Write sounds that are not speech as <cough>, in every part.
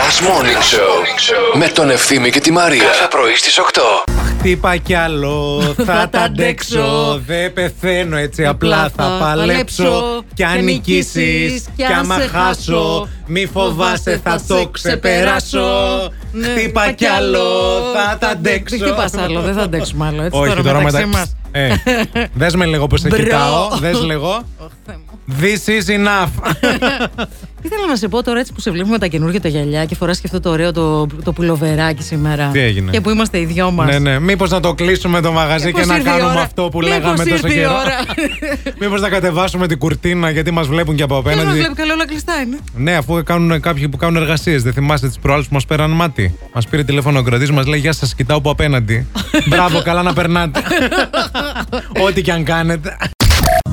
Last Morning Show με τον Ευθύμη και τη Μαρία. Κάθε πρωί στις 8. Χτύπα κι <laughs> άλλο, θα Θα τα τα αντέξω. αντέξω. Δεν πεθαίνω έτσι, απλά θα θα παλέψω. παλέψω. Κι αν Και νικήσεις, νικήσεις, κι κι άμα αν σε χάσω, χάσω, μη φοβάσαι, θα το σε ξεπεράσω. Ναι, Χτύπα κι άλλο, θα τα αντέξω. Δεν χτυπάς άλλο, δεν θα αντέξουμε άλλο. Έτσι, Όχι, τώρα μετά. μας. Ε, δες με λίγο που σε Μπρο. κοιτάω. Δες λίγο. Ωχ, Θεέ μου. This is enough. Ήθελα να σε πω τώρα έτσι που σε βλέπουμε με τα καινούργια τα γυαλιά και φοράς και αυτό το ωραίο το, το πουλοβεράκι σήμερα. Τι έγινε? Και που είμαστε οι δυο μας. <laughs> Ναι, ναι. Μήπως να το κλείσουμε το μαγαζί Ε, και πώς να ήρθε η κάνουμε ώρα? αυτό που Μήπως λέγαμε τόσο ήρθε η καιρό. ώρα? Μήπως να κατεβάσουμε την κουρτίνα γιατί μας βλέπουν και από Ποιος μας απέναντι. βλέπει καλά όλα κλειστά είναι. Ναι, αφού κάνουν κάποιοι που κάνουν εργασίες. Δεν θυμάστε τις προάλλες που μας πέραν μάτι. Μας πήρε τηλέφωνο ο κρατής, μας λέει Γεια σας, κοιτάω που απέναντι. Μπράβο, καλά να περνάτε. Ό,τι και αν κάνετε.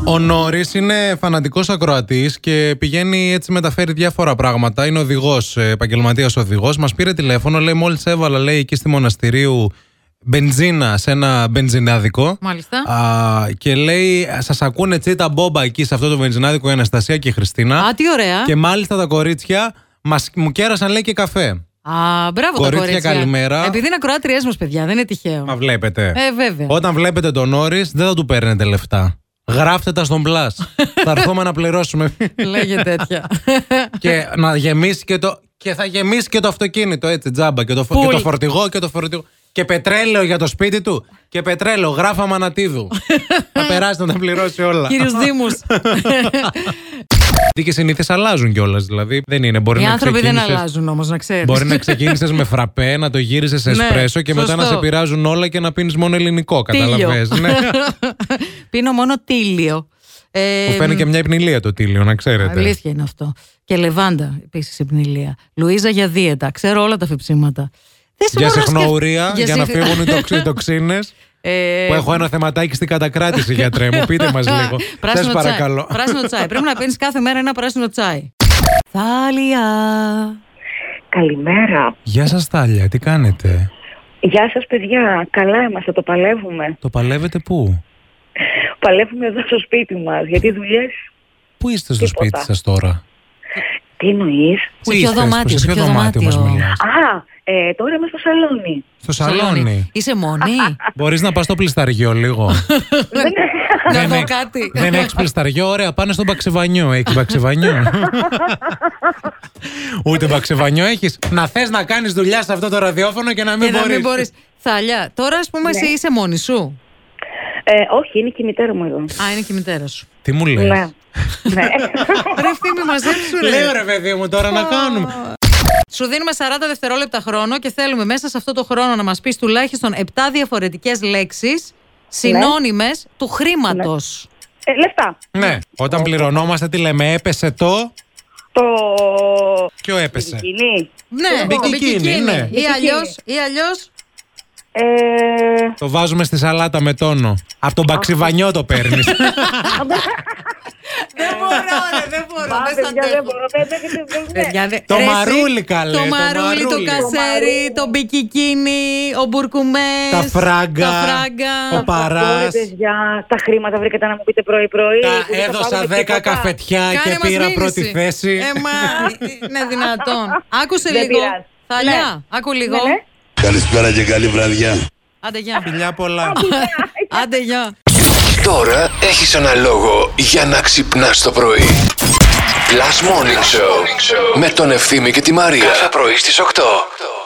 Ο Νόρη είναι φανατικός ακροατής και πηγαίνει έτσι, μεταφέρει διάφορα πράγματα. Είναι ε, οδηγό, επαγγελματίας οδηγός. Μας πήρε τηλέφωνο, λέει: Μόλις έβαλα, λέει, εκεί στη μοναστηρίου μπενζίνα σε ένα μπενζινάδικο. Μάλιστα. Α, και λέει: Σας ακούνε τσίτα μπόμπα εκεί σε αυτό το μπενζινάδικο η Αναστασία και η Χριστίνα. Α, τι ωραία. Και μάλιστα τα κορίτσια μας, μου κέρασαν λέει και καφέ. Α, μπράβο Κορίτσια, τα κορίτσια. καλημέρα. Επειδή είναι ακροάτριές μας παιδιά, δεν είναι τυχαίο. Μα βλέπετε. Ε, βέβαια. Όταν βλέπετε τον Όρη, δεν θα του παίρνετε λεφτά. Γράφτε τα στον πλάς. θα έρθουμε να <laughs> πληρώσουμε. Λέγε <laughs> τέτοια. και να γεμίσει και το. Και θα γεμίσει και το αυτοκίνητο έτσι, τζάμπα. Και το, φο- και Πουλ. το φορτηγό και το φορτηγό. Και πετρέλαιο για το σπίτι του. Και πετρέλαιο, γράφα <laughs> Μανατίδου. θα περάσει να τα πληρώσει όλα. Κύριος Δήμους. Ε, Γιατί και συνήθειε αλλάζουν κιόλας. Δηλαδή δεν είναι. Μπορεί Οι να άνθρωποι δεν ξεκίνησες- αλλάζουν όμως, να ξέρεις. Μπορεί να ξεκίνησες με φραπέ, να το γύρισες σε Ναι, εσπρέσο και μετά να σε σωστό. πειράζουν όλα και να πίνεις μόνο ελληνικό. Κατάλαβε. Τίλιο. <laughs> Ναι. Πίνω μόνο τίλιο. Ε, Μου φαίνει και μια υπνηλία το τίλιο, να ξέρετε. Αλήθεια είναι αυτό. Και λεβάντα επίσης η πνηλία. Λουίζα για δίαιτα. Ξέρω όλα τα φιψίματα. Δεν σε Για μπορώ να σκεφ- συχνόουρια, για να συχν- φύγουν οι τοξι- τοξίνες. Ε, Που έχω ένα θεματάκι στην κατακράτηση, γιατρέ μου. Πείτε <laughs> μας λίγο. Σα Πράσινο τσάι. παρακαλώ. Πράσινο τσάι. Πρέπει να παίρνει κάθε μέρα ένα πράσινο <laughs> τσάι. Θάλια. Καλημέρα. Γεια σας, Τάλια, τι κάνετε. Γεια σας παιδιά. Καλά είμαστε, το παλεύουμε. Το παλεύετε πού. Παλεύουμε εδώ στο σπίτι μας, γιατί οι δουλειές... Πού είστε στο Τίποτα. σπίτι σας τώρα. Τι εννοείς? Πού ποιο δωμάτιο, σε σε ποιο ποιο δωμάτιο μα δωμάτιο? μιλάς. Α, ε, τώρα είμαστε στο σαλόνι. Στο σαλόνι. Είσαι μόνη. <laughs> Μπορείς να πας στο πλισταριό λίγο. να Δεν δω έχ- κάτι. Δεν έχεις πλασταριό, ωραία. Πάνε στον παξεβανιό. Έχει παξεβανιό. Ούτε παξεβανιό έχεις. Να θες να κάνεις δουλειά σε αυτό το ραδιόφωνο και να μην Και Ε, να μπορεί. μην μπορείς. Θάλια, τώρα ας πούμε εσύ είσαι μόνη σου. Ε, όχι, είναι και η μητέρα μου εδώ. Α, είναι και η μητέρα σου. Τι μου λες. Ναι. ναι. Ρε ευθύμη μαζέψου ρε. Λέω ρε παιδί μου τώρα να κάνουμε. Σου δίνουμε 40 δευτερόλεπτα χρόνο και θέλουμε μέσα σε αυτό το χρόνο να μας πεις τουλάχιστον 7 διαφορετικές λέξεις συνώνυμες του χρήματος. ε, λεφτά. Ναι, όταν πληρωνόμαστε τι λέμε, έπεσε το. Το... Ποιο έπεσε. Κοινή. Ναι, Μπικικίνι, μπικικίνι. ναι. Ή αλλιώς, ή αλλιώς Ε, Το βάζουμε στη σαλάτα με τόνο. Από τον παξιβανιό το παίρνεις. δεν μπορώ, ρε, δεν μπορώ, α, δεν σ' παιδιά, δεν αντέχω. μπορώ. Δεν- δεν- δεν- δεν- Παιδιά, δε- Το ρε, εσύ, μαρούλι, καλέ, Το το μαρούλι, το μαρούλι. κασέρι, το μπικικίνι, ο μπουρκουμές. Τα φράγκα, Τα φράγκα. ο παράς. Ωραία, παιδιά, τα χρήματα βρήκατε να μου πείτε πρωί-πρωί. που Ε, δεν τα Έδωσα πάμε 10 τίποτα. καφετιά Κάνε και μας πήρα μήνυση. πρώτη θέση. Ε, μα, είναι δυνατόν. Άκουσε Δεν λίγο. πειράζει. Θαλιά, άκου λίγο. Ναι, Ε, ναι. Καλησπέρα και καλή βραδιά. Άντε, γεια. Φιλιά πολλά. Άντε, γεια. Τώρα έχεις ένα λόγο για να ξυπνάς το πρωί. Last Morning Show με τον Ευθύμη και τη Μαρία. Κάθε πρωί στις 8.